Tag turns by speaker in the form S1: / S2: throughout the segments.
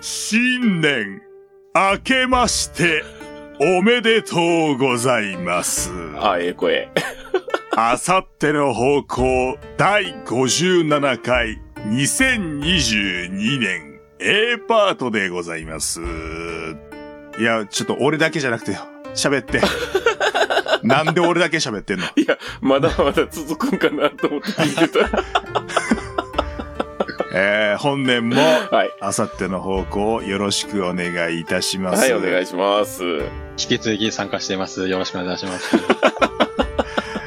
S1: 新年、明けまして、おめでとうございます。
S2: あ、ええ声。
S1: あさっての方向、第57回、2022年、A パートでございます。いや、ちょっと俺だけじゃなくて、喋って。 なんで俺だけ喋ってんの
S2: いや、まだまだ続くんかなと思って聞い てた。
S1: えー、本年も、
S2: はい。
S1: あさっての方向をよろしくお願いいたします。
S2: はい、お願いします。
S3: 引き続き参加しています。よろしくお願いします。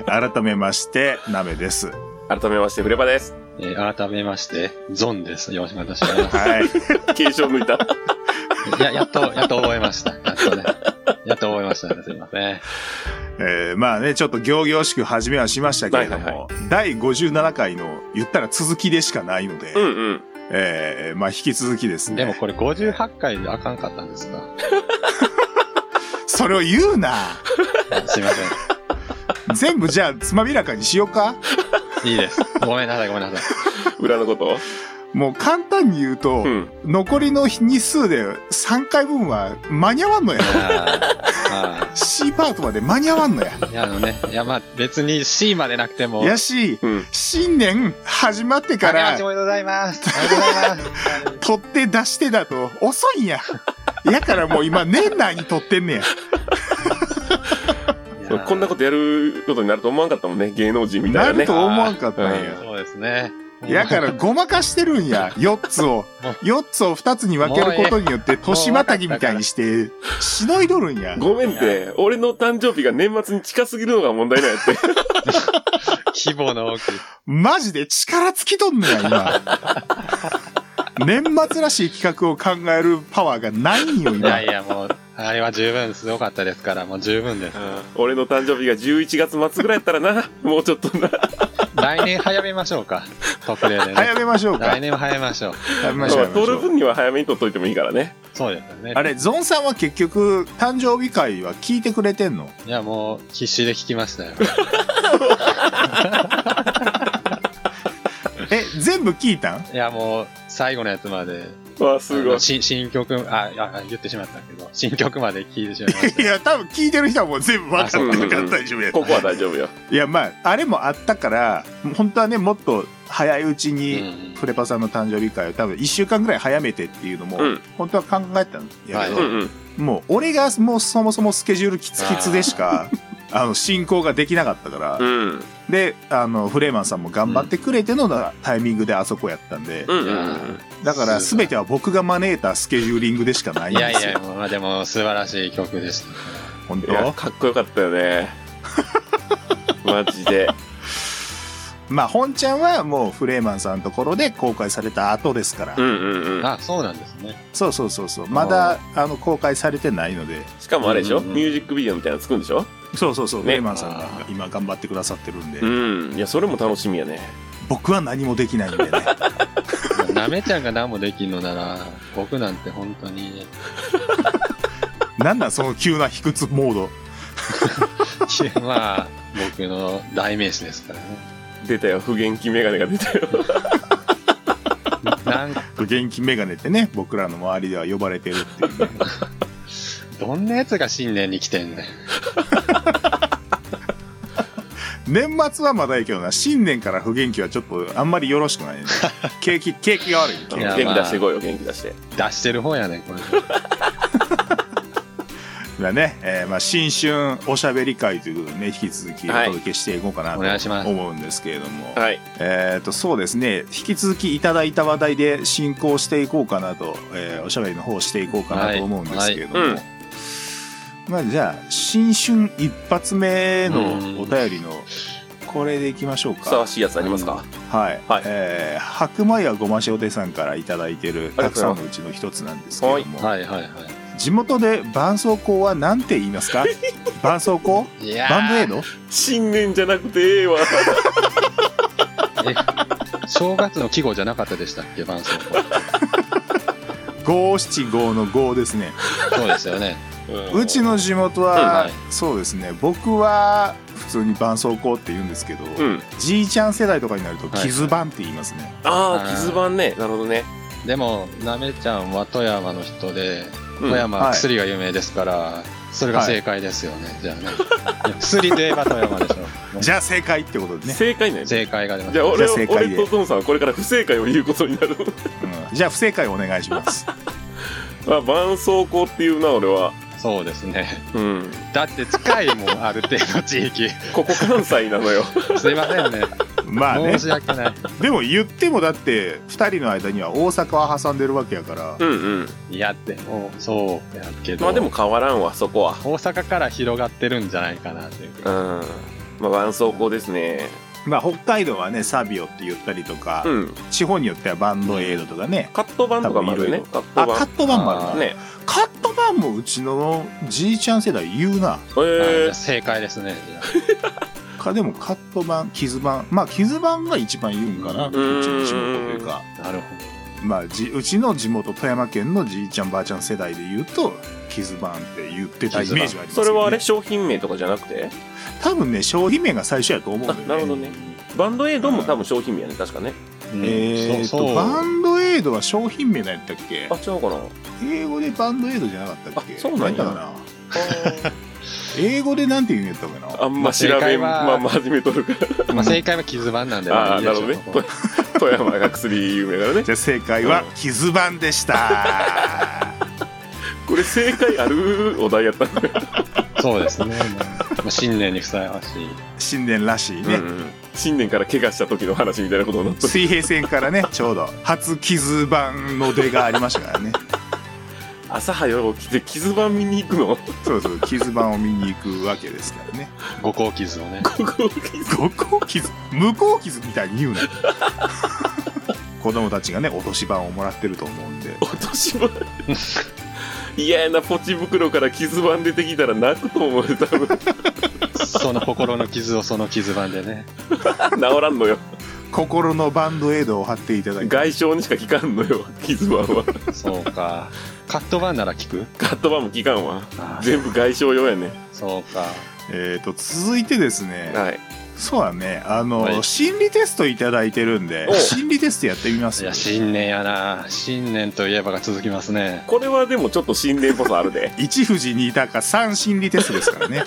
S1: 改めまして、ナメです。
S2: 改めまして、フレパです。
S3: えー改めまして、ゾンです。よろしくお願いしま
S1: はい。
S2: 継 承抜いた。
S3: す。いや、やっと、やっと覚えました。やっとね。やっと覚えましたね。すいません。
S1: えーまあね、ちょっと行々しく始めはしましたけれども、
S2: はいは
S1: 第57回の言ったら続きでしかないので、
S2: うんうん。
S1: えーまあ引き続きですね。
S3: でもこれ58回であかんかったんですか
S1: それを言う な
S3: すいませ
S1: 全部じゃあつまびらかにしようか
S3: ん。いいです。ごめんなさい、ごめんなさい。
S2: 裏のこと
S1: もう簡単に言うと、
S2: うん。
S1: 残りの日数で3回分は間に合わんのや。
S3: あ
S1: C パートまで間に合わんのや。
S3: ーあー。いや、あのね。いや、まあ別に C までなくても。
S1: やし、
S2: うん。
S1: 新年始まってか
S3: あ
S1: ら
S3: お、めでとうございます。おめでとうございます。
S1: 取って出してだと遅いんや。やからもう今年内に取ってんねや。
S3: いや
S2: そうこんなことやることになると思わんかったもんね、芸能人 みたい
S1: な
S2: なね。
S1: ると思わんかったんや。
S3: そうですね。
S1: やから、ごまかしてるん や。4つを
S3: もう。
S1: 4つを2つに分けることによって、年またぎみたいにして、しのいどるんや。
S2: ごめんって、俺の誕生日が年末に近すぎるのが問題なんやって。
S3: 規模の大きい。
S1: マジで力尽きとんのや、 今。年末らしい企画を考えるパワーがないんよ、
S3: い
S1: 今
S3: やい。や、もう、あれは十分すごかったですから、もう十分です。
S2: 俺の誕生日が11月末ぐらいやったらな、もうちょっとな。
S3: 来年早めましょうか。特例で
S1: 早
S3: ね。
S1: めましょうか。
S3: 来
S1: 早
S3: 年は早めましょ
S1: め
S3: う。
S1: ましょう。早めましょ
S2: 取る
S1: う
S2: 分には早めに取っといてもいいからね。
S3: そうですよね
S1: あ。れ、ゾンさんは結局、誕生日会は聞いてくれてんの
S3: いや、もう、必死で聞きましたよ。
S1: え、全部聞いたん
S3: いや、もう、最後のやつまで、
S2: わあ、すご
S3: あ
S2: い
S3: の。新新曲、あ、あ、言ってしまったけど、新曲まで聞いてしまいまし
S1: い
S3: た。
S1: や、多分聞いてる人はもう全部分かったから大丈夫や。
S2: ここは大丈夫よ。
S1: いや、まあ、あれもあったから、本当はね、もっと早 いうち
S3: う
S1: に、
S3: ん
S1: フレパさんの誕生日会を多分1週間ぐらい早めてっていうのも、
S2: うん
S1: 本当は考えたんやけど、
S2: うん
S3: は
S2: うん。
S1: もう俺がもうそもそもスケジュールキツキツでし か、あの、進行ができなかったから、
S2: うん。
S1: で、あの、フレーマンさんも頑張ってくれてのなタイミングであそこやったんで、
S2: うんう
S3: いや
S2: ん
S3: ー
S1: だから
S3: すごい
S1: 全ては僕が招いたスケジューリングでしかない
S3: い
S1: んで
S3: や
S1: すよ。
S3: いや、もうまあでも、素晴らしい曲でし
S1: 本
S2: うん。いや、
S1: 当
S2: かっこよかったよね。マジで。
S1: まあ、本ちゃんはもうフレーマンさんのところで公開された後ですから、
S2: うんうんう
S3: た。
S2: ん。
S3: あ、そうなんですね。
S1: そうそうそうそう。まだ、あの、公開されてないので。
S2: しかもあれでしょ
S3: うんうんうん
S2: ミュージックビデオみたいなの作るんでしょ
S1: そうそうそう。
S2: ね
S1: レイマンさんが今頑張ってくださってるんで、
S2: うん。いや、それも楽しみやね。
S1: 僕は何もできないんでね。
S3: なめちゃんが何もできんのなら、僕なんて本当に、
S1: なんなんその急な卑屈モード。
S3: まあ、僕の代名詞ですからね。
S2: 出たよ。不元気メガネが出たよ。
S3: なん
S1: 不元気メガネってね、僕らの周りでは呼ばれてるっていうね。
S3: どんなやつが新年に来てんだよ。
S1: 年末はまだいいけどな、新年から不元気はちょっとあんまりよろしくないね。景気、景気が悪い。
S2: 元
S3: いや
S2: 気出してこいよ、元気出して。
S3: 出してる方やねん、これ。
S1: だね、えーまあ、新春おしゃべり会ということでね、引き続きお届けしていこうかな
S3: お願い
S1: と
S3: します。
S1: 思うんですけれども。
S2: はい。
S1: えー、とそうですね引き続きいただいた話題で進行していこうかなと、えーおしゃべりの方をしていこうかなと思うんですけれども、
S2: はいは
S1: まあ、じゃあ新春一発目の
S3: うん
S1: お便りのこれでいきましょう
S2: ふさ
S1: か
S2: わ、しいやつありますか
S1: はい
S2: はい
S1: えー白米はごま塩手さんから頂いいてる
S2: あ
S1: た
S2: りがとう
S1: く
S2: ご
S1: さ
S2: ざいま
S1: ん
S2: す
S1: のうちの一つなんですけれども、
S3: はいはいは
S1: 地元で絆創膏は何て言いますか絆創膏
S3: い。いや
S1: バンドエイド
S2: 新年じゃなくてええわ。
S3: ド正月の季語じゃなかったでしたっけ、伴奏
S1: 五七五の五ですね
S3: そうですよね。
S1: うちの地元
S3: うんは
S1: はいそうですね僕は普通に絆創膏って言うんですけど、
S2: うん。
S1: じいちゃん世代とかになると
S3: はい
S1: 傷絆って言いますね、
S2: あ
S3: あ
S2: あ、
S3: ー
S2: 傷版ね。なるほどね。
S3: でも、なめちゃんは富山の人で、
S2: うん
S3: 富山
S1: は
S3: はい薬が有名ですから、それが正解ですよね、じゃあね。いや薬といえば富山でしょ。
S1: じゃあ正解ってことでね。
S2: 正 解ね。じ
S3: 正解が出ま
S2: ゃ
S3: し
S2: あ
S3: た。
S2: 俺
S1: じゃあ正解
S2: 俺
S1: で
S2: とゾンさんはこれから不正解を言うことになる。
S1: うんじゃあ不正解お願いします。
S2: まあ、絆創膏っていうな、俺は。
S3: そうですね。
S2: うん。
S3: だって近いもん、ある程度地域。
S2: ここ関西なのよ。
S3: すいませんね。
S1: まあね
S3: 申。し訳ない。
S1: でも言ってもだって、二人の間には大阪は挟んでるわけやから
S2: う。んうん。
S3: いや、でも、そうやけど。
S2: まあでも変わらんわ、そこは。
S3: 大阪から広がってるんじゃないかなっていう。
S2: うん。まあ、絆創膏ですね。
S1: まあ北海道はね、サビオって言ったりとか、
S2: うん。
S1: 地方によってはバンドエイドとかね。
S2: カット版とかもあるよね。カッ
S1: あ、
S2: ト
S1: カ
S2: 版
S1: ッ。トバンもあるな
S3: ト
S2: ね。
S1: カットバンもうちのじいちゃん世代言うな。
S2: え
S3: あじゃ
S2: え
S3: あ正解ですね。
S1: かでもカット版傷版まあ傷版が一番言うんかなうち
S2: ん
S1: の地元というか
S3: じゃあなるほど。
S1: まあじうちの地元富山県のじいちゃんばあちゃん世代で言うと傷版って言ってたイメージはあります
S2: そ
S1: よね
S2: れはあれ商品名とかじゃなくて
S1: 多分ね商品名が最初やと思うんだよね
S2: なるほどね。バンドエイドも多分商品名やね、確かね。
S3: うん
S1: えー
S3: そうそ
S1: と
S3: う
S1: バンドエイドは商品名なんやったっけ
S2: あ、違う かな。
S1: 英語でバンドエイドじゃなかったっけ
S2: あそうなんや
S1: やったかな英語でなんて言うんやったか
S2: あ
S1: なん
S3: ま
S2: ま
S3: あ
S2: 調
S3: 正
S2: べ
S3: 解
S2: ん、
S3: は
S2: まあ、真面目とるから。
S3: まあ、正解は傷版なんで、ま
S2: ああ、
S3: いい
S2: な
S3: で
S2: る
S3: し
S2: ほ
S3: ょ
S2: ど
S3: う
S2: ね。
S3: ここ
S2: 富 富山が薬有名だからね。
S1: じゃあ正解は傷版でした
S2: これ正解あるお題やったんだね。
S3: そうですね。まあ、新年にふさわしい。
S1: 新年らしいね、
S2: うん新年から怪我した時の話みたいなことになった。
S1: 水平線からねちょうど初傷版の出がありましたからね
S2: 朝早起きて傷ば見に行くの。
S1: そうそう傷版を見に行くわけですからね
S3: 五行傷を ね。
S2: ここ
S1: 五行傷無効傷みたいに言うな子供たちがねお年版をもらってると思うんで
S2: 落とし前 嫌やなポチ袋から傷ばん出てきたら泣くと思うよ多分
S3: その心の傷をその傷版でね。
S2: 治らんのよ
S1: 心のバンドエイドを貼っていただいて
S2: 外傷にしか効かんのよ傷ばんは
S3: そうか。カット版なら聞く
S2: カットばんも効かんわ
S3: あ
S2: 全部外傷用やね
S3: あそうか。
S1: えー、と続いてですね、
S2: はい
S1: そうだねあの、
S3: はい
S1: 心理テストいただいてるんで
S2: お
S1: 心理テストやってみま
S3: い
S1: す
S3: や、新年やな。新年といえばが続きますね。
S2: これはでもちょっと新年っぽさあるで
S1: 一富士二鷹三心理テストですからね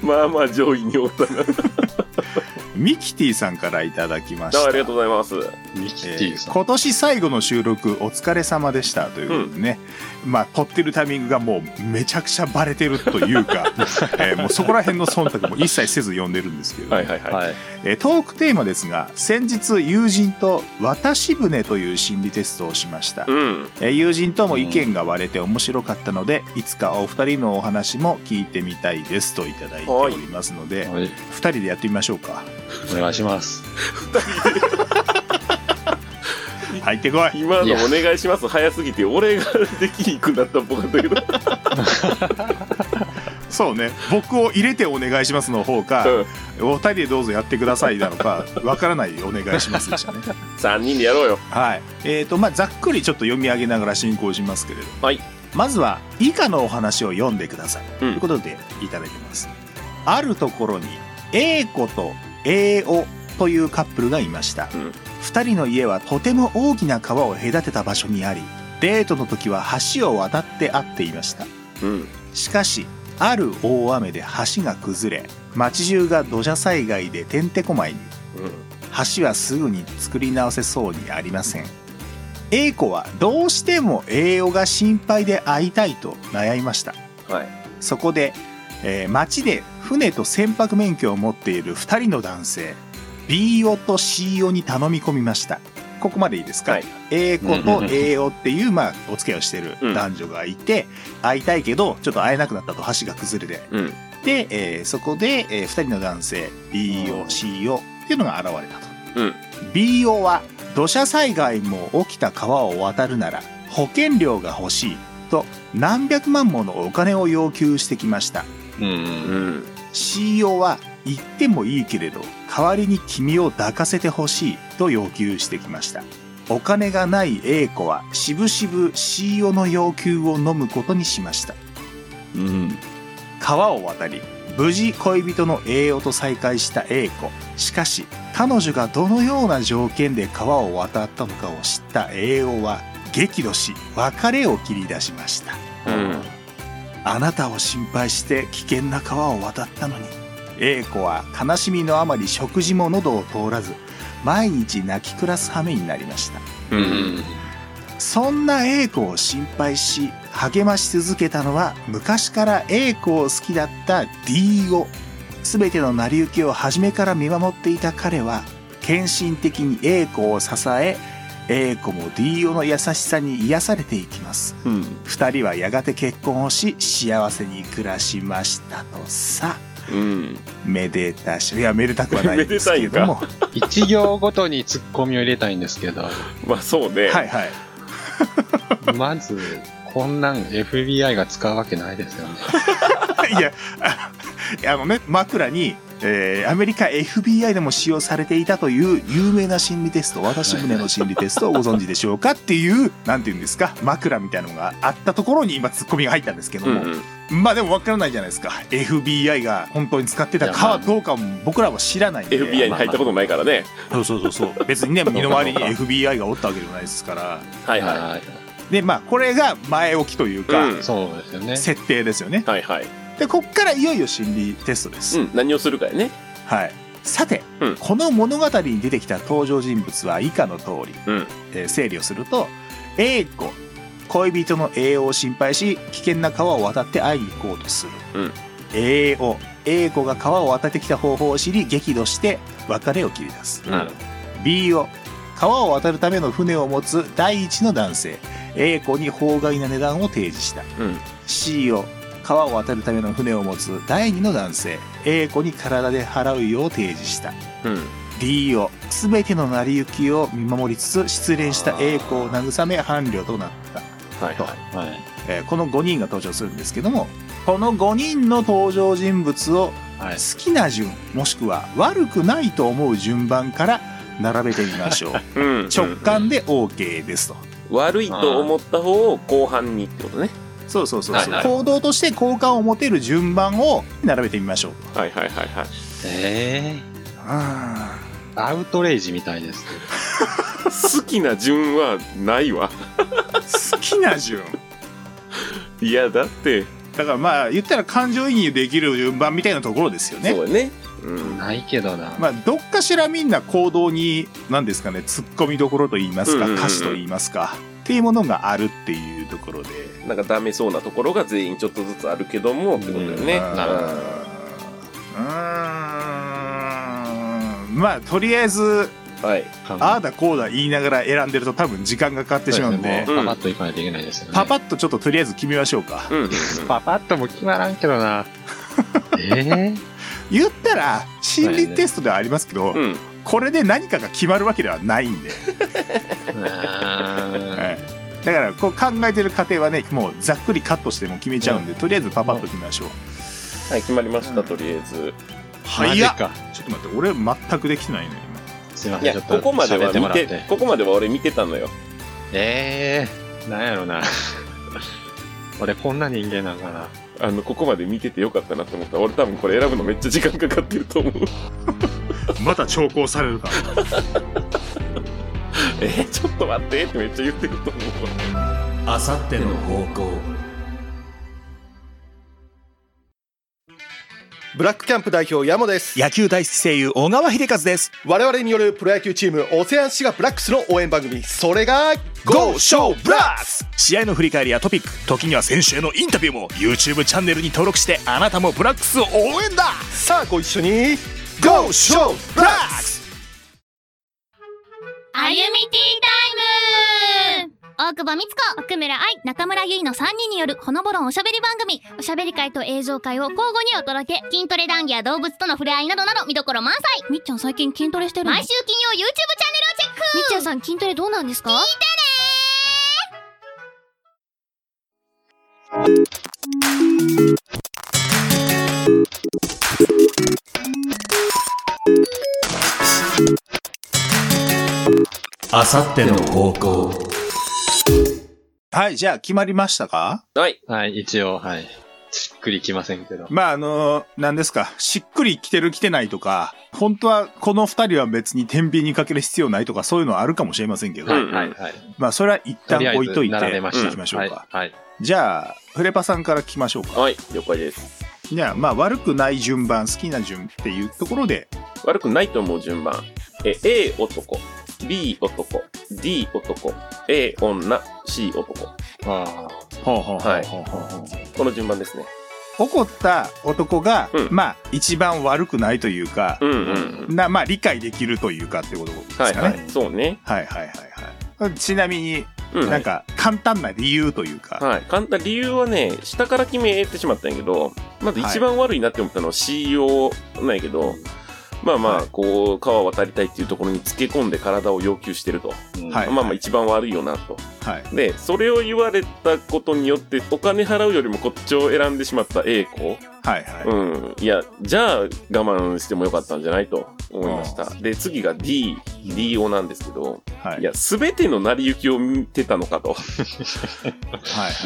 S2: まあまあ上位におったな
S1: ミキティさんからいただきまし
S2: あ
S1: た
S2: ありがとうございます
S3: ミキ
S1: え
S3: ティ
S1: ー
S3: さん。
S1: 今年最後の収録お疲れ様でしたということでね、まあ撮ってるタイミングがもうめちゃくちゃバレてるというか、 えーもうそこら辺の忖度も一切せず読んでるんですけど、
S2: はいはいはい、
S3: はい。
S1: えートークテーマですが先日友人と「私船」という心理テストをしました、
S2: うん
S1: えー友人とも意見が割れて面白かったので、いつかお二人のお話も聞いてみたいですといただいておりますので、
S3: はい
S1: 二人でやってみましょうか
S3: お願いします。
S1: 入ってこい
S2: 今のお願いします早すぎて俺ができにくなったっぽかったけど、
S1: そうね僕を入れてお願いしますの方か、
S2: うん、
S1: お二人でどうぞやってくださいなの か、わからないお願いしますでしたね。
S2: 3人でやろうよ
S1: はい。えっ、と、まあ、ざっくりちょっと読み上げながら進行しますけれど。
S2: はい。
S1: まずは、以下のお話を読んでください。
S2: うん
S1: ということで、いただいてます。あるところに、A 子と A 子というカップルがいました。
S2: うん
S1: 二人の家はとても大きな川を隔てた場所にあり、デートの時は橋を渡って会っていました。
S2: うん
S1: しかしある大雨で橋が崩れ町中が土砂災害でてんてこまいに橋はすぐに作り直せそうにありません A 子はどうしても栄養が心配で会いたいと悩みました
S2: うんはい
S1: そこで、えー町で船と船舶免許を持っている2人の男性 B オと C オに頼み込みましたここまでいいですか、
S2: はい
S1: A 子
S3: う
S1: と
S3: んうんうん
S1: A オっていう、まあ、お付き合いをしてる男女がいて、会いたいけどちょっと会えなくなったと橋が崩れて
S2: うん
S1: で、えーそこで、え2人の男性 B
S3: う
S1: オ
S3: ん
S1: C オっていうのが現れたと、
S2: うん
S1: B オは土砂災害も起きた川を渡るなら保険料が欲しいと何百万ものお金を要求してきました
S2: う
S3: う。
S2: んん
S1: CO は行ってもいいけれど代わりに君を抱かせてほしいと要求してきましたお金がない A 子はしぶしぶ CO の要求を飲むことにしました
S3: うん。
S1: 川を渡り無事恋人の栄養と再会した A 子しかし彼女がどのような条件で川を渡ったのかを知った栄養は激怒し別れを切り出しました
S2: うん。
S1: あなたを心配して危険な川を渡ったのに A 子は悲しみのあまり食事も喉を通らず毎日泣き暮らす羽目になりました
S2: う。
S3: うんん。
S1: そんな A 子を心配し励まし続けたのは昔から A 子を好きだった D を全ての成り行きを初めから見守っていた彼は献身的に A 子を支え A 子も D をの優しさに癒されていきます
S2: うん。
S1: 二人はやがて結婚をし幸せに暮らしましたとさ
S2: うん。
S1: めでたしいやめでたくはないんですけ ども
S3: 一行ごとにツッコミを入れたいんですけど、
S2: まあそうね。
S1: はいはい
S3: まず、こんなん FBI が使うわけないですよね。
S1: いや、あいや あのね、枕に、えーアメリカ FBI でも使用されていたという有名な心理テスト、私胸の心理テストをご存知でしょうかっていう、なんていうんですか、枕みたいなのがあったところに今ツッコミが入ったんですけど
S2: うん
S1: も、
S2: うん。
S1: まあでも分からないじゃないですか。FBI が本当に使ってたかはどうかも僕らは知らないんで。
S2: FBI に入ったことないからね。
S1: まあまあそうそうそうそう。別にね、身の 回りに FBI がおったわけじゃないですから。
S2: はいは
S1: で、まあこれが前置きというか、
S2: うん
S3: そうですよね。
S1: 設定ですよね
S2: い。。はいはい。
S1: で、こっからいよいよ心理テストです。
S2: うん。何をするかやね。
S1: はい、さて、
S2: うん
S1: この物語に出てきた登場人物は以下の通り、
S2: うん。
S1: えー整理をすると A 子恋人の栄養を心配し危険な川を渡って会いに行こうとする、
S2: うん
S1: A を A 子が川を渡ってきた方法を知り激怒して別れを切り出す、
S2: うん。
S1: B を川を渡るための船を持つ第一の男性 A 子に法外な値段を提示した
S2: うん。
S1: C を川を渡るための船を持つ第二の男性 A 子に体で払うよう提示した D を全ての成り行きを見守りつつ失恋した A 子を慰め伴侶となった、
S2: はいはい。
S3: はい。
S1: えーこの5人が登場するんですけどもこの5人の登場人物を
S3: はい。
S1: 好きな順もしくは悪くないと思う順番から並べてみましょう
S2: うん。
S1: 直感で OK ですと。
S2: 悪いと思った方を後半にってことね。
S1: そうそうそうそう、
S3: はいはい
S1: 行動として好感を持てる順番を並べてみましょう
S2: はいはいはい はい。
S3: え
S1: あ
S3: ー、アウトレイジみたいですけ
S2: 好
S3: ど。
S2: きな順はないわ。
S1: ー好きな順
S2: いや、だって、
S1: だからまあ言ったら感情移入できる順番みたいなところですよね
S2: そうだね。うん。
S3: ないけどな。
S1: まあどっかしらみんな行動に何ですかね突っ込みどころと言いますか
S2: うんうんうん
S1: 歌詞と言いますかっていうものがあるっていうところで
S2: なんかダメそうなところが全員ちょっとずつあるけども、ってことだよね。
S1: うん
S3: なるほど
S1: うーんまあとりあえず
S2: はい。
S1: ああだこうだ言いながら選んでると多分時間がかかってしまうんで
S3: そうすねもうパパッといかないといけないですよね。
S1: パパッとちょっととりあえず決めましょうか
S2: うん。
S3: パパッとも決まらんけ どな。え
S1: 言ったら心理テストではありますけど、
S2: うん。
S1: これで何かが決まるわけではないんで、
S3: えー
S1: はいだからこう考えてる過程はねもうざっくりカットしても決めちゃうんで、とりあえずパパッと決めましょう、
S2: はい、決まりまし
S1: う
S2: た、
S1: ん
S2: とりあえず。
S1: 早
S3: マ
S1: っ
S3: ジか。
S1: ちょっと待って俺全くできてないのよ
S3: すいま
S2: い
S3: せん、ちょ
S2: や、
S3: っと
S2: ここまで
S3: 喋
S2: は
S3: っても
S2: 見、
S3: らってて。
S2: ここまでは俺見てたのよ。
S3: えー、なんや ろな。俺こんな人間なんかな。
S2: あの、ここまで見ててよかったなと思った。俺多分これ選ぶのめっちゃ時間かかってると思う。
S1: 今また調校されるか
S2: えー、 ちょっと待ってってめっちゃ言ってると思う。
S4: あさっての方向
S5: ブラックキャンプ代表ヤモです
S1: 野球大好き声優小川秀和です
S5: 我々によるプロ野球チームオセアンシガブラックスの応援番組それが
S1: GO SHOW BLAST! 試合の振り返りやトピック時には選手へのインタビューも YouTube チャンネルに登録してあなたもブラックスを応援だ
S5: さあご一緒に
S1: GO SHOW BLAST!
S6: あゆみティータイム大久保美津子、奥村愛、中村ゆいの3人によるほのぼろんおしゃべり番組。おしゃべり会と映像会を交互にお届け。筋トレ談義や動物との触れ合いなどなど見どころ満載。みっちゃん最近筋トレしてる毎週金曜 YouTube チャンネルをチェックみっちゃんさん筋トレどうなんですか聞いてね
S4: あさっての方向
S1: はいじゃあ決まりましたか
S2: はい。
S3: はい、一応、はい。しっくりきませんけど。
S1: まあ、あの、何ですか、しっくり来てる来てないとか、本当はこの二人は別に天秤にかける必要ないとか、そういうのはあるかもしれませんけど、
S2: はい
S3: はい。
S1: まあ、それは一旦
S3: とりあえず
S1: 置いといて、
S3: 並べました
S1: 聞きましょうか。
S3: はい。はい
S1: じゃあ、フレパさんから聞きましょうか。
S2: はい、了解です。
S1: じゃあ、まあ、悪くない順番、好きな順っていうところで、
S2: 悪くないと思う順番。え、A 男、B 男、D 男、A 女、C 男。
S3: あ
S1: ほうほう
S2: ほ
S1: ほ
S2: う
S1: うほうほう
S2: この順番ですね。
S1: 怒った男が、
S2: うん
S1: まあ、一番悪くないというか、
S2: うんうんうん。
S1: なまあ、理解できるというかってことですか
S2: はい
S1: ね。
S2: は
S1: はい
S2: い。そうね。
S1: はいはいはい。ちなみに、
S2: うん。
S1: なんか、簡単な理由というか、
S2: はい、簡単理由はね下から決めてしまったんやけどまず一番悪いなって思ったのは CEO なんやけど、まあまあこう川を渡りたいっていうところにつけ込んで体を要求してると、
S3: あ。
S1: はい
S2: まあまあ一番悪いよなと
S1: はい。
S2: でそれを言われたことによってお金払うよりもこっちを選んでしまった A 子
S1: はいはい。
S2: うんいやじゃあ我慢してもよかったんじゃないと思いましたで次が DDO なんですけど、、
S1: はいい。
S2: や全ての成り行きを見てたのかと
S1: は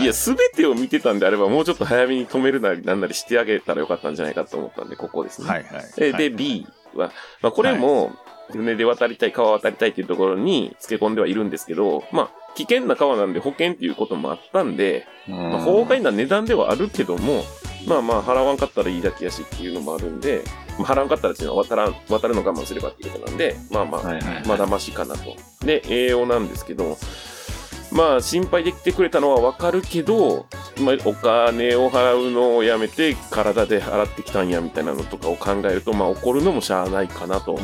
S1: い
S2: いや、すべてを見てたんであれば、もうちょっと早めに止めるなり、なんなりしてあげたらよかったんじゃないかと思ったんで、ここですね。
S1: はいはい。
S2: え
S1: はい
S2: で、。B は、まあ、これも、船で渡りたい、川渡りたいっていうところに付け込んではいるんですけど、まあ、危険な川なんで保険っていうこともあったんで、まあ、法外な値段ではあるけども、まあまあ、払わんかったらいいだけやしっていうのもあるんで、まあ、払わんかったらっていうのは渡らん、渡るの我慢すればっていうことなんで、まあまあ、
S3: はいはい。
S2: まだましかなと。で、栄養なんですけど、まあ、心配できてくれたのはわかるけど、まあ、お金を払うのをやめて、体で払ってきたんや、みたいなのとかを考えると、まあ、怒るのもしゃあないかなと。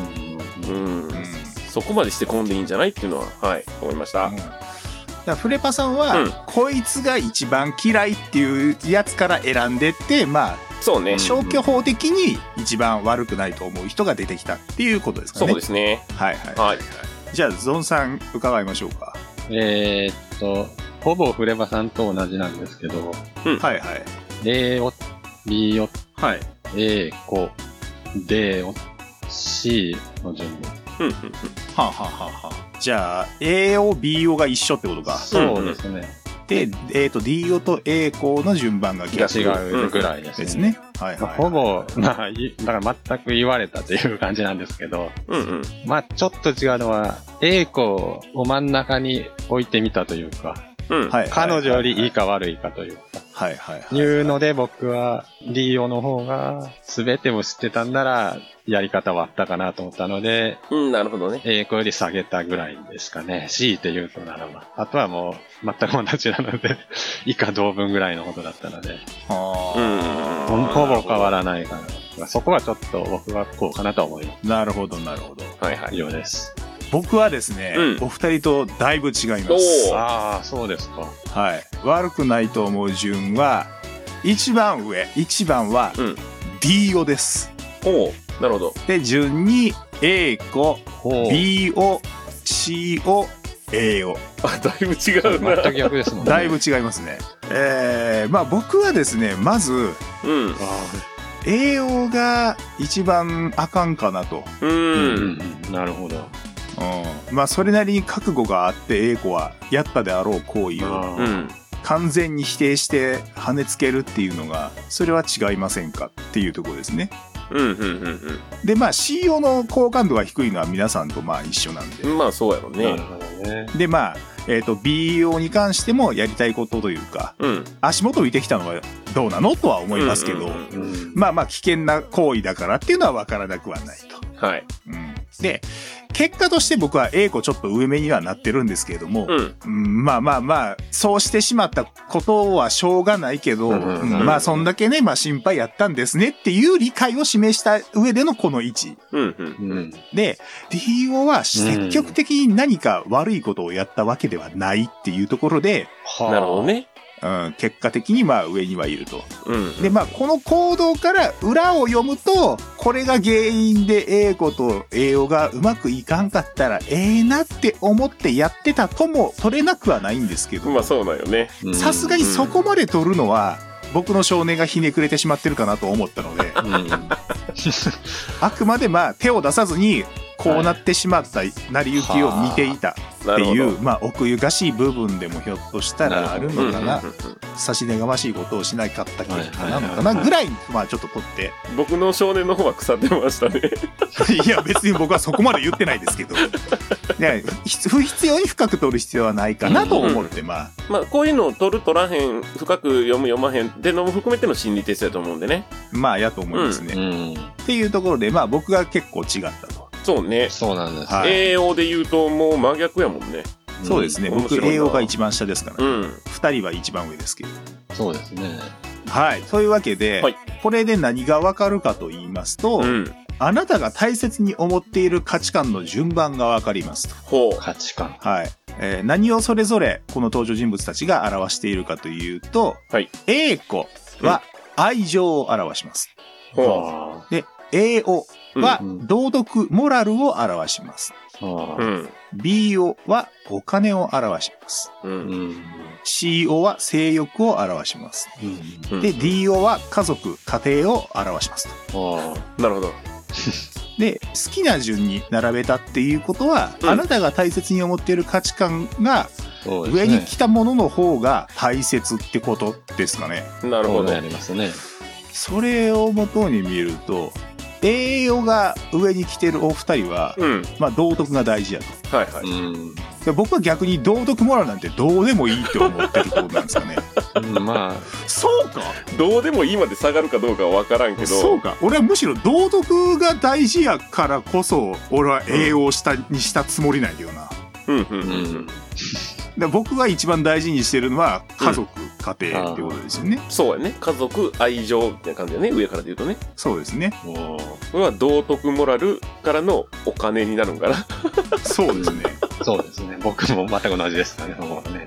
S2: うん。そこまでして込んでいいんじゃないっていうのは、はい、思いました。
S1: うんだからフレパさんは、
S2: うん
S1: こいつが一番嫌いっていうやつから選んでって、ま
S2: そうね
S1: あ、。消去法的に一番悪くないと思う人が出てきたっていうことですか
S2: そ
S1: ね。
S2: うですね。
S1: はいはい。
S2: はい。
S1: じゃあ、ゾンさん伺いましょうか。
S3: えーっと、ほぼフレバさんと同じなんですけど、
S1: はいはい。
S3: A を、B を、
S1: はい。
S3: A 子、D を、C の順番。
S2: うん、うん、
S1: はあ、はあはあはあ、じゃあ、A o B o が一緒ってことか。
S3: そうですね。
S1: で、えっ、と、D o と A 項の順番が逆
S3: 違うぐらいですね。
S1: ですね。はいはい、
S3: まあ
S1: はい。
S3: ほぼ、まあ、いだから全く言われたという感じなんですけど、
S2: うん。うん、うん。
S3: まあ、ちょっと違うのは、A 子を真ん中に置いてみたというか、
S2: うん。
S1: はい、
S3: 彼女よりいい
S1: か。
S3: か悪いかというか、
S1: はいはいはい。
S3: いうので僕は、リオの方が、すべてを知ってたんなら、やり方はあったかなと思ったので、
S2: うん、なるほどね。
S3: A 子より下げたぐらいですかね。強いて言うとならば。あとはもう、全く同じなので、 以下同分ぐらいのことだったので、
S1: あ
S2: う
S1: ー
S2: ん。
S3: ほほぼ変わらないかな。まあそこはちょっと僕はこうかなとは思います。
S1: なるほどなるほど。
S2: はい、はい。
S3: 以上です。
S1: 僕はですね、
S2: うん
S1: お二人とだいぶ違いま
S2: お
S1: す。
S3: ああ、そうですか。
S1: はい。悪くないと思う順は、一番上、一番は
S2: うん
S1: D o です。
S2: おうなるほど。
S1: で、順に A 項、
S3: ほう。
S1: B o C o A o
S2: あ、だいぶ違うな。
S3: 全く逆ですもんね。
S1: だいぶ違いますね。えー、まあ僕はですね、まず、
S2: うん。う。
S1: 栄養が一番あかんかなと。
S3: うんん。うんなるほど。
S1: うん。まあそれなりに覚悟があって、英子はやったであろう行為を
S2: う
S3: あ
S2: ん。
S1: 完全に否定して跳ねつけるっていうのが、それは違いませんかっていうところですね。
S2: うんうんうん
S1: で、まあ CO の好感度が低いのは皆さんとまあ一緒なんで
S2: う。ん。まあそうやろ
S3: ーな
S2: ね
S3: る。ほどね。
S1: で、まあ、えっ、と、BO に関してもやりたいことというか、
S2: うん。
S1: 足元浮いてきたのはどうなのとは思いますけど、
S2: うんうんうん
S3: うん
S1: まあまあ危険な行為だからっていうのは分からなくはないと。
S2: はい。
S1: うんで、結果として僕は A 子ちょっと上目にはなってるんですけれども、
S2: うん。
S1: うんまあまあまあ、そうしてしまったことはしょうがないけど、
S3: うんうんうん
S1: うんまあそんだけね、まあ心配やったんですねっていう理解を示した上でのこの位置。
S2: うんうん。
S3: うん。
S1: で、DO は積極的に何か悪いことをやったわけではないっていうところで、
S3: はあ
S2: なるほど。ね。
S1: うん、結果的にまあ上にはいると。
S2: うん。
S1: でまあこの行動から裏を読むとこれが原因で A 子と栄養がうまくいかんかったらええなって思ってやってたとも取れなくはないんですけど
S2: まあそうなんよね。
S3: うん
S1: さすがにそこまで取るのは僕の少年がひねくれてしまってるかなと思ったので
S3: うん
S1: あくまでまあ手を出さずにこうなってしまった成り行きを見ていたって
S2: なるほ
S1: い
S2: ど。
S1: う、まあ、奥ゆかしい部分でもひょっとしたらある
S2: うんう
S1: の
S2: んうんう
S1: か
S2: ん
S1: な、差し出がましいことをしなかった結果なのか
S3: はいはいはい
S1: な
S3: はい
S1: ぐらいに、まあ、ちょっと取って、
S2: 僕の少年の方は腐ってましたね。
S1: いや、別に僕はそこまで言ってないですけど、ねひ不必要に深く取る必要はないかなと思って、まあ、
S2: まあ、こういうのを取る取らへん、深く読む読まへんってのも含めての心理テストだと思うんでね。
S1: まあ、やと思いますね。
S3: うん。
S1: っていうところで、まあ、僕が結構違ったと。
S2: そうね。
S3: そうなんです。
S1: はい
S2: 栄養で言うともう真逆やもんね。
S3: うん
S1: そうですね、
S2: 面
S1: 僕、
S2: 白いな
S1: 栄養が一番下ですから
S2: う
S1: ね、
S2: ん。
S1: 二人は一番上ですけど。
S3: そうですね。
S1: はい。というわけで、
S2: はい
S1: これで何がわかるかと言いますと、
S2: うん。
S1: あなたが大切に思っている価値観の順番がわかりますと。
S2: ほ
S3: 価値観。
S1: はい。えー何をそれぞれこの登場人物たちが表しているかというと、
S2: はい
S1: A 子は愛情を表します。
S2: う。ほ
S3: は
S1: A をは
S3: うん
S1: 道徳、モラルを表します。
S3: あ。は
S2: う。うん。
S1: B をはお金を表します。
S2: う。
S3: あ。うんん。
S1: C をは性欲を表します。
S3: う
S2: う
S3: ん。
S2: ん
S1: で、D をは家族、家庭を表しますと。
S3: はあ。
S2: なるほど。
S1: で好きな順に並べたっていうことは、
S2: うん
S1: あなたが大切に思っている価値観が
S3: そうです
S1: 上
S3: ね。
S1: に来たものの方が大切ってことですかね。
S2: なる
S3: そ
S2: ほ
S3: う
S2: ど
S3: な。りますね。
S1: それを元に見ると栄養が上に来てるお二人は、
S2: うん。
S1: まあ、道徳が大事やと
S2: はいは
S3: う
S2: い。
S3: ん。
S1: で僕は逆に道徳モラルなんてどうでもいいって思ってるってことなんですかね
S3: うんまあ、
S1: そうか
S2: どうでもいいまで下がるかどうかは分からんけど。
S1: そうか俺はむしろ道徳が大事やからこそ俺は栄養したにしたつもりなんやけどな
S2: うんうん
S3: う
S2: うんうん
S3: ん。。
S1: で僕が一番大事にしてるのは家族、家庭ってことですよね。
S2: そうやね。家族、愛情みたいな感じだね。上からで言うとね。
S1: そうですね。
S3: おー
S2: これは道徳モラルからのお金になるんかな。
S1: そうですね。
S3: そうですね。僕も全く同じですからね、そこはね。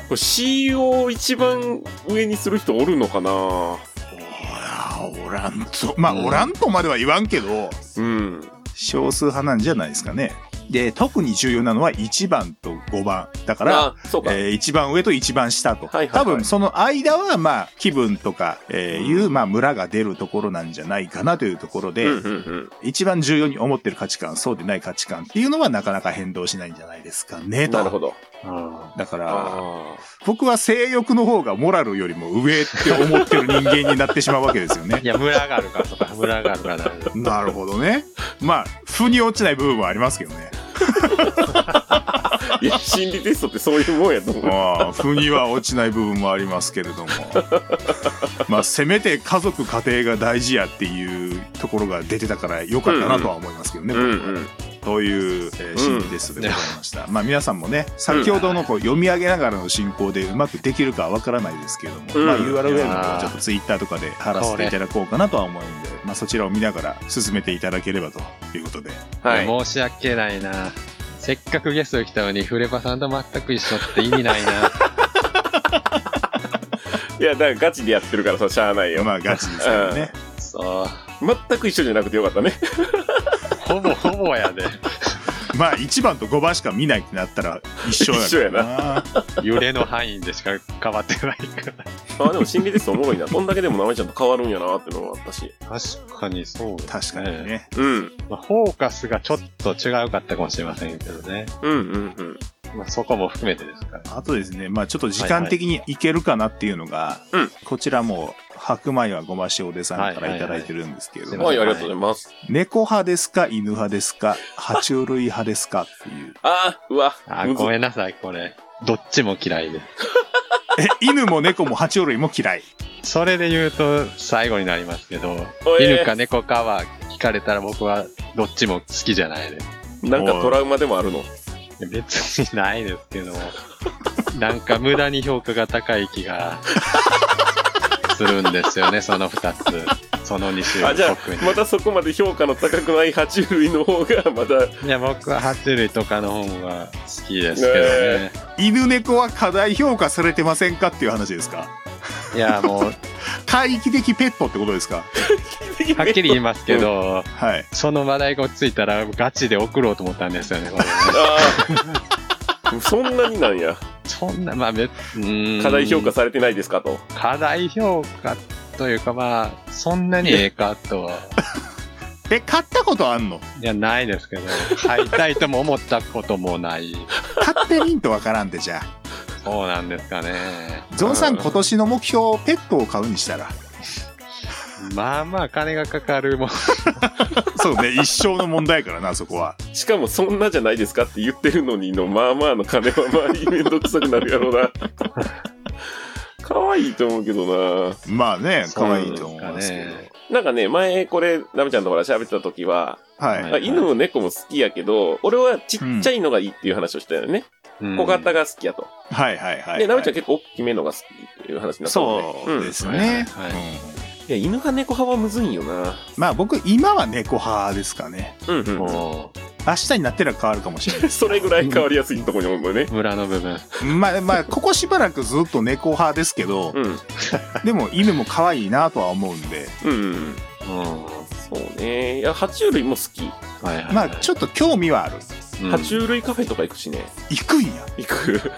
S2: これ C を一番上にする人おるのかな
S1: おらおらんとまあ、
S3: うん
S1: おらんとまでは言わんけど
S2: うん。
S1: 少数派なんじゃないですかね。で特に重要なのは1番と5番だから。
S2: あ、そうか。
S1: えー一番上と一番下と、
S2: はいはいは
S1: 多
S2: い
S1: 分その間はまあ気分とか、えーいう、
S2: う
S1: まあ、村が出るところなんじゃないかなというところで、
S2: うんうんうん。
S1: 一番重要に思ってる価値観そうでない価値観っていうのはなかなか変動しないんじゃないですかねと
S2: なるほど。
S3: あ
S1: だから
S2: あ
S1: 僕は性欲の方がモラルよりも上って思ってる人間になってしまうわけですよ
S3: あ。
S1: ね
S3: い。や、村があるからとか、村があるからなんで
S1: なるほどね。まあ、腑に落ちない部分はありますけどね。
S2: あ。いや、心理テストってそういうもんやと思う。
S1: まあ、腑には落ちない部分もありますけれども。 まあ、せめて家族、家庭が大事やっていうところが出てたから良かったなとは思いますけどね。
S2: うんうん。
S1: という、えー、心理テストでございました。まあ、皆さんもね、先ほどのこう読み上げながらの進行でうまくできるかはわからないですけれども、
S2: うん
S1: まあ、URL の方はちょっとツイッターとかで貼らせていただこうかなとは思うんで、まあ、そちらを見ながら進めていただければということで。
S2: はい。
S3: 申し訳ないな。せっかくゲスト来たのに、フレパさんと全く一緒って意味ないな。
S2: いや、だからガチでやってるからさ、しゃあないよ。
S1: まあ、ガチですけどね。
S3: そう。
S2: 全く一緒じゃなくてよか ったね。
S3: ほぼほぼやで。
S1: まあ、1番と5番しか見ないってなったら一緒や
S2: 一緒や
S1: な。
S3: 揺れの範囲でしか変わってないから。
S2: ああ、でも心理テストおもろいな。こんだけでも名前ちゃんと変わるんやなってのもあったし。
S3: 確かにそうです
S1: 確かに。ね。
S2: うん。
S3: まあ、フォーカスがちょっと違うかったかもしれませんけどね。
S2: うんうんうん。
S3: まあ、そこも含めてですから。
S1: あとですね、まあちょっと時間的にいけるかなっていうのが、
S2: はいはいうん
S1: こちらも白米はごま塩でさんからいただいてるんですけれども、
S2: はい、ありがとうございます。
S1: 猫派ですか犬派ですか爬虫類派ですかっていう。
S2: ああ、うわ。
S3: あ、
S2: むず
S3: ごめんなさい、これ。どっちも嫌いで
S1: え、犬も猫も爬虫類も嫌い。
S3: す。それで言うと、最後になりますけど、
S2: えー
S3: 犬か猫かは聞かれたら僕はどっちも好きじゃないです。
S2: なんかトラウマでもあるの。
S3: 別にないですけ ど、なんか無駄に評価が高い気がするんですよね、その二つ。その二種
S2: あ、
S3: 類
S2: じゃあ
S3: 特に。、
S2: またそこまで評価の高くない爬虫類の方が、また、
S3: いや、僕 は爬虫類とかの方が好きですけどね。
S2: ね
S1: 犬猫は過大評価されてませんかっていう話ですか
S3: いや、も う、
S1: 海域的ペットってことですか
S3: はっきり言いますけど、
S1: はい。
S3: その話題が落ち着いたらガチで送ろうと思ったんですよね、これね
S2: ああ。そんなになんや。
S3: そんな、まあ、別、うん
S2: 課題評価。されてないですかと。
S3: 課題評価というか、まあ、そんなにええかとは。
S1: え、買ったことあんの
S3: いや、ないですけど、買いたいとも思ったこともない。
S1: 買ってみんとわからんでじゃあ。
S3: そうなんですかね。
S1: ゾンさん今年の目標、ペットを買うにしたら。
S3: まあまあ、金がかかるもん。
S1: そうね、一生の問題やからな、そこは。
S2: しかもそんなじゃないですかって言ってるのにの、まあまあの金はまあめんどくさくなるやろうな。 可愛いと思うけどな。
S1: まあね、可愛いと思いますけど。
S3: そうです
S2: なんかね、前これ、ラメちゃんとほら喋ってた時は、
S1: はい。
S3: はい
S2: あ犬も猫も好きやけど、俺はちっちゃいのがいいっていう話をしたよね。
S3: うん
S2: 小型が好きやと。
S1: はいはいはい。
S2: で、ナメちゃん結構大きめのが好きっていう話になったもんね。
S1: そうです
S3: はいは
S1: ね
S3: い。はい
S1: うん
S2: うんいや、犬か猫派はむずいんよな。
S1: まあ僕、今は猫派ですかね。
S2: うんうん。。
S3: も
S1: 明日になってら変わるかもしれない
S2: それぐらい変わりやすいとこにおるのね。
S3: う、村の部分。
S1: まあまあ、ここしばらくずっと猫派ですけど
S2: う、ん。
S1: でも犬も可愛いなとは思うんで、
S2: うんうん。
S3: うん。は
S2: そうね。いや、爬虫類も好き。
S3: いはいはい。
S1: まあちょっと興味はある。
S3: うん
S2: 爬虫類カフェとか行くしね。
S1: 行くんや。
S2: 行く。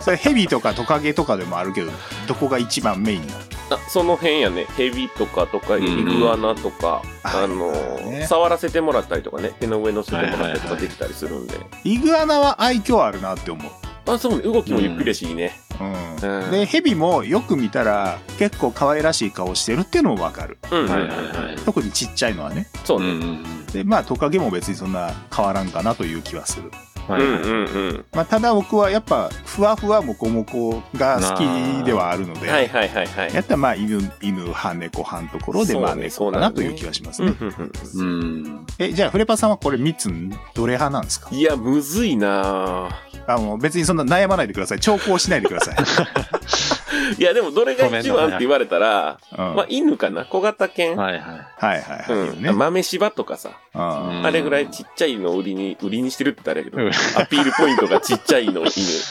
S1: それヘビとかトカゲとかでもあるけど、どこが一番メインなの
S2: あその辺やね。ヘビとかとか、イグアナとか、
S1: あ
S2: あのー
S1: ね
S2: 触らせてもらったりとかね。手の上乗せてもらったりとかできたりするんで。
S1: イグアナは愛嬌あるなって思う。
S2: あ、そうね。動きもゆっくりやしいいね。
S1: うん
S2: うん
S1: で、ヘビもよく見たら結構可愛らしい顔してるっていうのもわかる。
S2: うん。
S3: はいはいはい。
S1: 特にちっちゃいのはね。
S2: そう
S3: うん
S2: ね。
S3: うん
S1: で、まあトカゲも別にそんな変わらんかなという気はする。
S3: うん。は
S2: う
S3: い
S2: ん
S3: はい
S2: うんうん。
S1: まあ、ただ僕はやっぱふわふわもこもこが好きではあるので、
S2: はいはいはいはい。
S1: やったらまあ犬犬派猫派のところでまあ
S2: そうね
S1: 猫
S2: そう
S1: か
S2: な
S1: なん
S2: だ
S1: と
S2: ね
S1: いう気はします
S2: うんう
S1: ね
S2: んうん
S3: うん。
S1: えじゃあフレパさんはこれ3つどれ派なんですか
S2: いや、むずいなぁ。
S1: あもう別にそんな悩まないでください調校しないでくだ さい、
S2: いや、でもどれが一番って言われたら、
S1: うん
S2: まあ、犬かな小型犬。
S3: はいは
S1: はいはいは
S2: う
S1: い、
S2: ん。
S1: ね
S2: あ豆柴とかさ、
S1: うん
S3: うん
S2: あれぐらいちっちゃいのを売りに、売りにしてるってあれやけど
S3: うん、
S2: アピールポイントがちっちゃいの犬、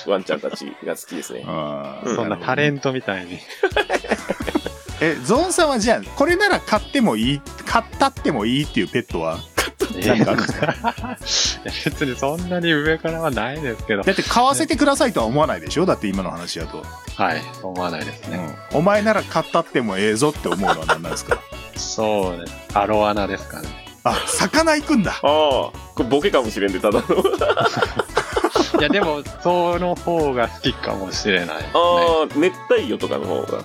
S2: ワンちゃんたちが好きですね。
S1: うん
S2: う
S3: い。そんなタレ
S1: ン
S3: ントみたいに。
S1: えゾンさんはじゃあこれなら買ってもいい買ったってもいいっていうペットはなんかあるんですか
S3: いや 別にそんなに上からはないですけど。
S1: だって買わせてくださいとは思わないでしょだって今の話だと、
S3: はい。思わないですね。
S1: うんお前なら買ったってもええぞって思うのは何なんですか
S3: そうです。アロアナですかね。
S1: あ、魚行くんだ。
S2: ああ、これボケかもしれんで、ただの。
S3: いや、でも、その方が好きかもしれないですね。
S2: ああ、熱帯魚とかの方が。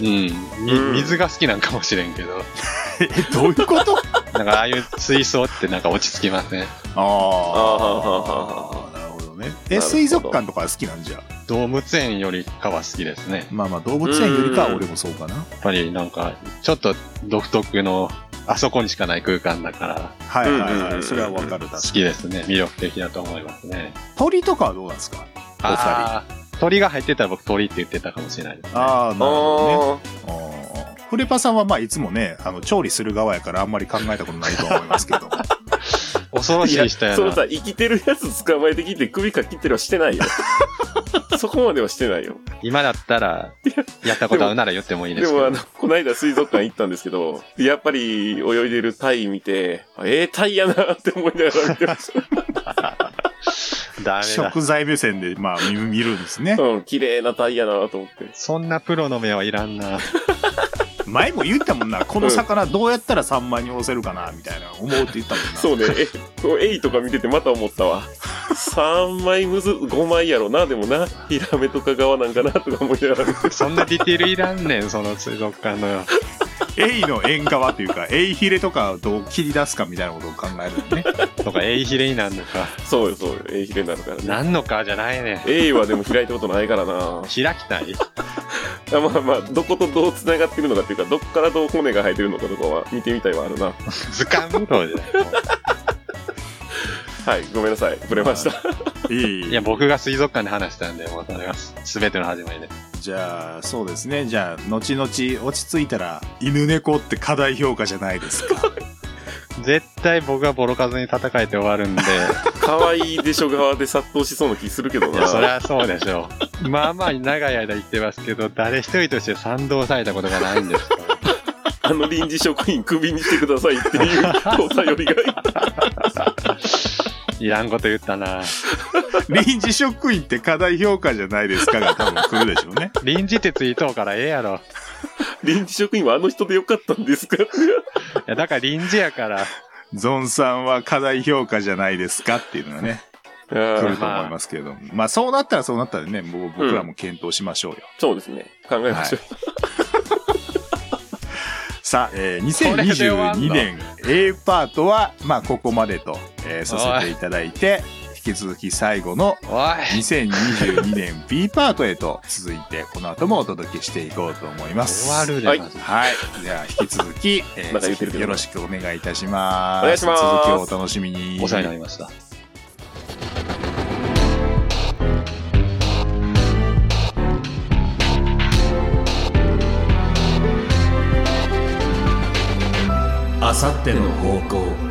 S3: うん。み
S2: うん
S3: 水が好きなんかもしれんけど。
S1: え、どういうこと
S3: なんか、ああいう水槽ってなんか落ち着きません。
S1: あ
S2: あ
S1: あ。なるほどね。
S2: な
S1: え、
S2: るほど
S1: 水族館とかは好きなんじゃ。
S3: 動物園よりかは好きですね。
S1: まあまあ、動物園よりかは
S2: うん
S1: 俺もそうかな。
S3: やっぱりなんか、ちょっと独特の、あそこにしかない空間だから、
S1: はいはい
S2: うんうん
S1: は
S2: うん
S1: い。それはわかる。確か
S3: 好
S1: に
S3: きですね。魅力的だと思いますね。
S1: 鳥とかはどうなんですか
S3: あー鳥が入ってたら僕鳥って言ってたかもしれないですね。
S1: ああ、なるほ
S2: あ
S1: どね。あーフレパさんはまあいつもね、あの、調理する側やからあんまり考えたことないとは思いますけど。
S3: 恐
S2: あ。
S3: ろ
S2: い
S3: し
S2: や、
S3: い人や
S2: その
S3: な。
S2: さ、生きてるやつ捕まえてきて首かきってるはしてないよ。そこまではしてないよ。
S3: 今だったら、やったことあるなら言ってもいいで
S2: です
S3: け
S2: もあ
S3: ど
S2: の。、こないだ水族館行ったんですけど、やっぱり泳いでるタイ見て、あええタイやなって思いながら見てまし
S3: ダメだ。
S1: 食材目線でまあ見見るんですね
S2: た。。うん、綺麗なタイやなと思って。
S3: そんなプロの目はいらんな。
S1: 前も言ったもんな、この魚どうやったらサンマに押せるかな、みたいな思うって言ったもんな。
S2: そうね、え、こうエイとか見ててまた思ったわ。3枚むず、5枚やろな、でもな、ヒラメとか側なんかなとか思いながら見て。
S3: そんなディテールいらん ねん、その水族館の。
S1: エイの縁側というか、エイヒレとかをどう切り出すかみたいなことを考えるのね。
S3: とか、エイヒレになんのか。
S2: そうよ、そうよ、エイヒレになるからね。
S3: なんのかじゃないねん。
S2: エイはでも開いたことないからな。
S3: 開きたい
S2: あまあまあ、どことどう繋がってるのかっていうか、どっからどう骨が生えてるのかとかは見てみたいはあるな。
S3: 図鑑どうじゃない
S2: はい、ごめんなさい、ぶれました。
S1: い
S3: いや、僕が水族館で話したんで、もうそれが全ての始まりで。
S1: じゃあ、そうですね。じゃあ、後々落ち着いたら、犬猫って過大評価じゃないですか。
S3: 絶対僕はボロカスに叩かれて終わるんで、
S2: 可愛いでしょ側で殺到しそうな気するけど
S3: いや、
S2: な。
S3: そりゃそうでしょう。まあまあ長い間言ってますけど、誰一人として賛同されたことがないんです。
S2: あの臨時職員クビにしてくださいっていうお便りが
S3: いらんこと言ったな。
S1: 臨時職員って過大評価じゃないですかが多分来るでしょうね。
S3: 臨時ってついとうからええやろ。
S2: 臨時職員はあの人でよかったんですか
S3: いやだから臨時やから、
S1: ゾンさんは課題評価じゃないですかっていうのがね、
S2: あ
S1: 来
S2: ー
S1: ると思いますけれども。まあそうなったらそうなったらね、もう僕らも検討しましょうよ。
S2: そうですね。考えましょう。
S1: さあ、えー
S3: これで終わん
S1: 2022
S3: の
S1: 年 A パートは、まあここまでと、えーさせていただいて、引き続き最後の
S3: おい
S1: 2022年 B パートへと続いて、この後もお届けしていこうと思います。
S3: 終わるで、
S2: はい
S3: マジで
S1: はい。じゃあ、引き続き、えー
S2: まだ言ってるけど
S1: よろしくお願いいたします。
S2: お願いします
S1: 続きをお楽しみに。
S3: お世話になりました。
S4: あさっての方向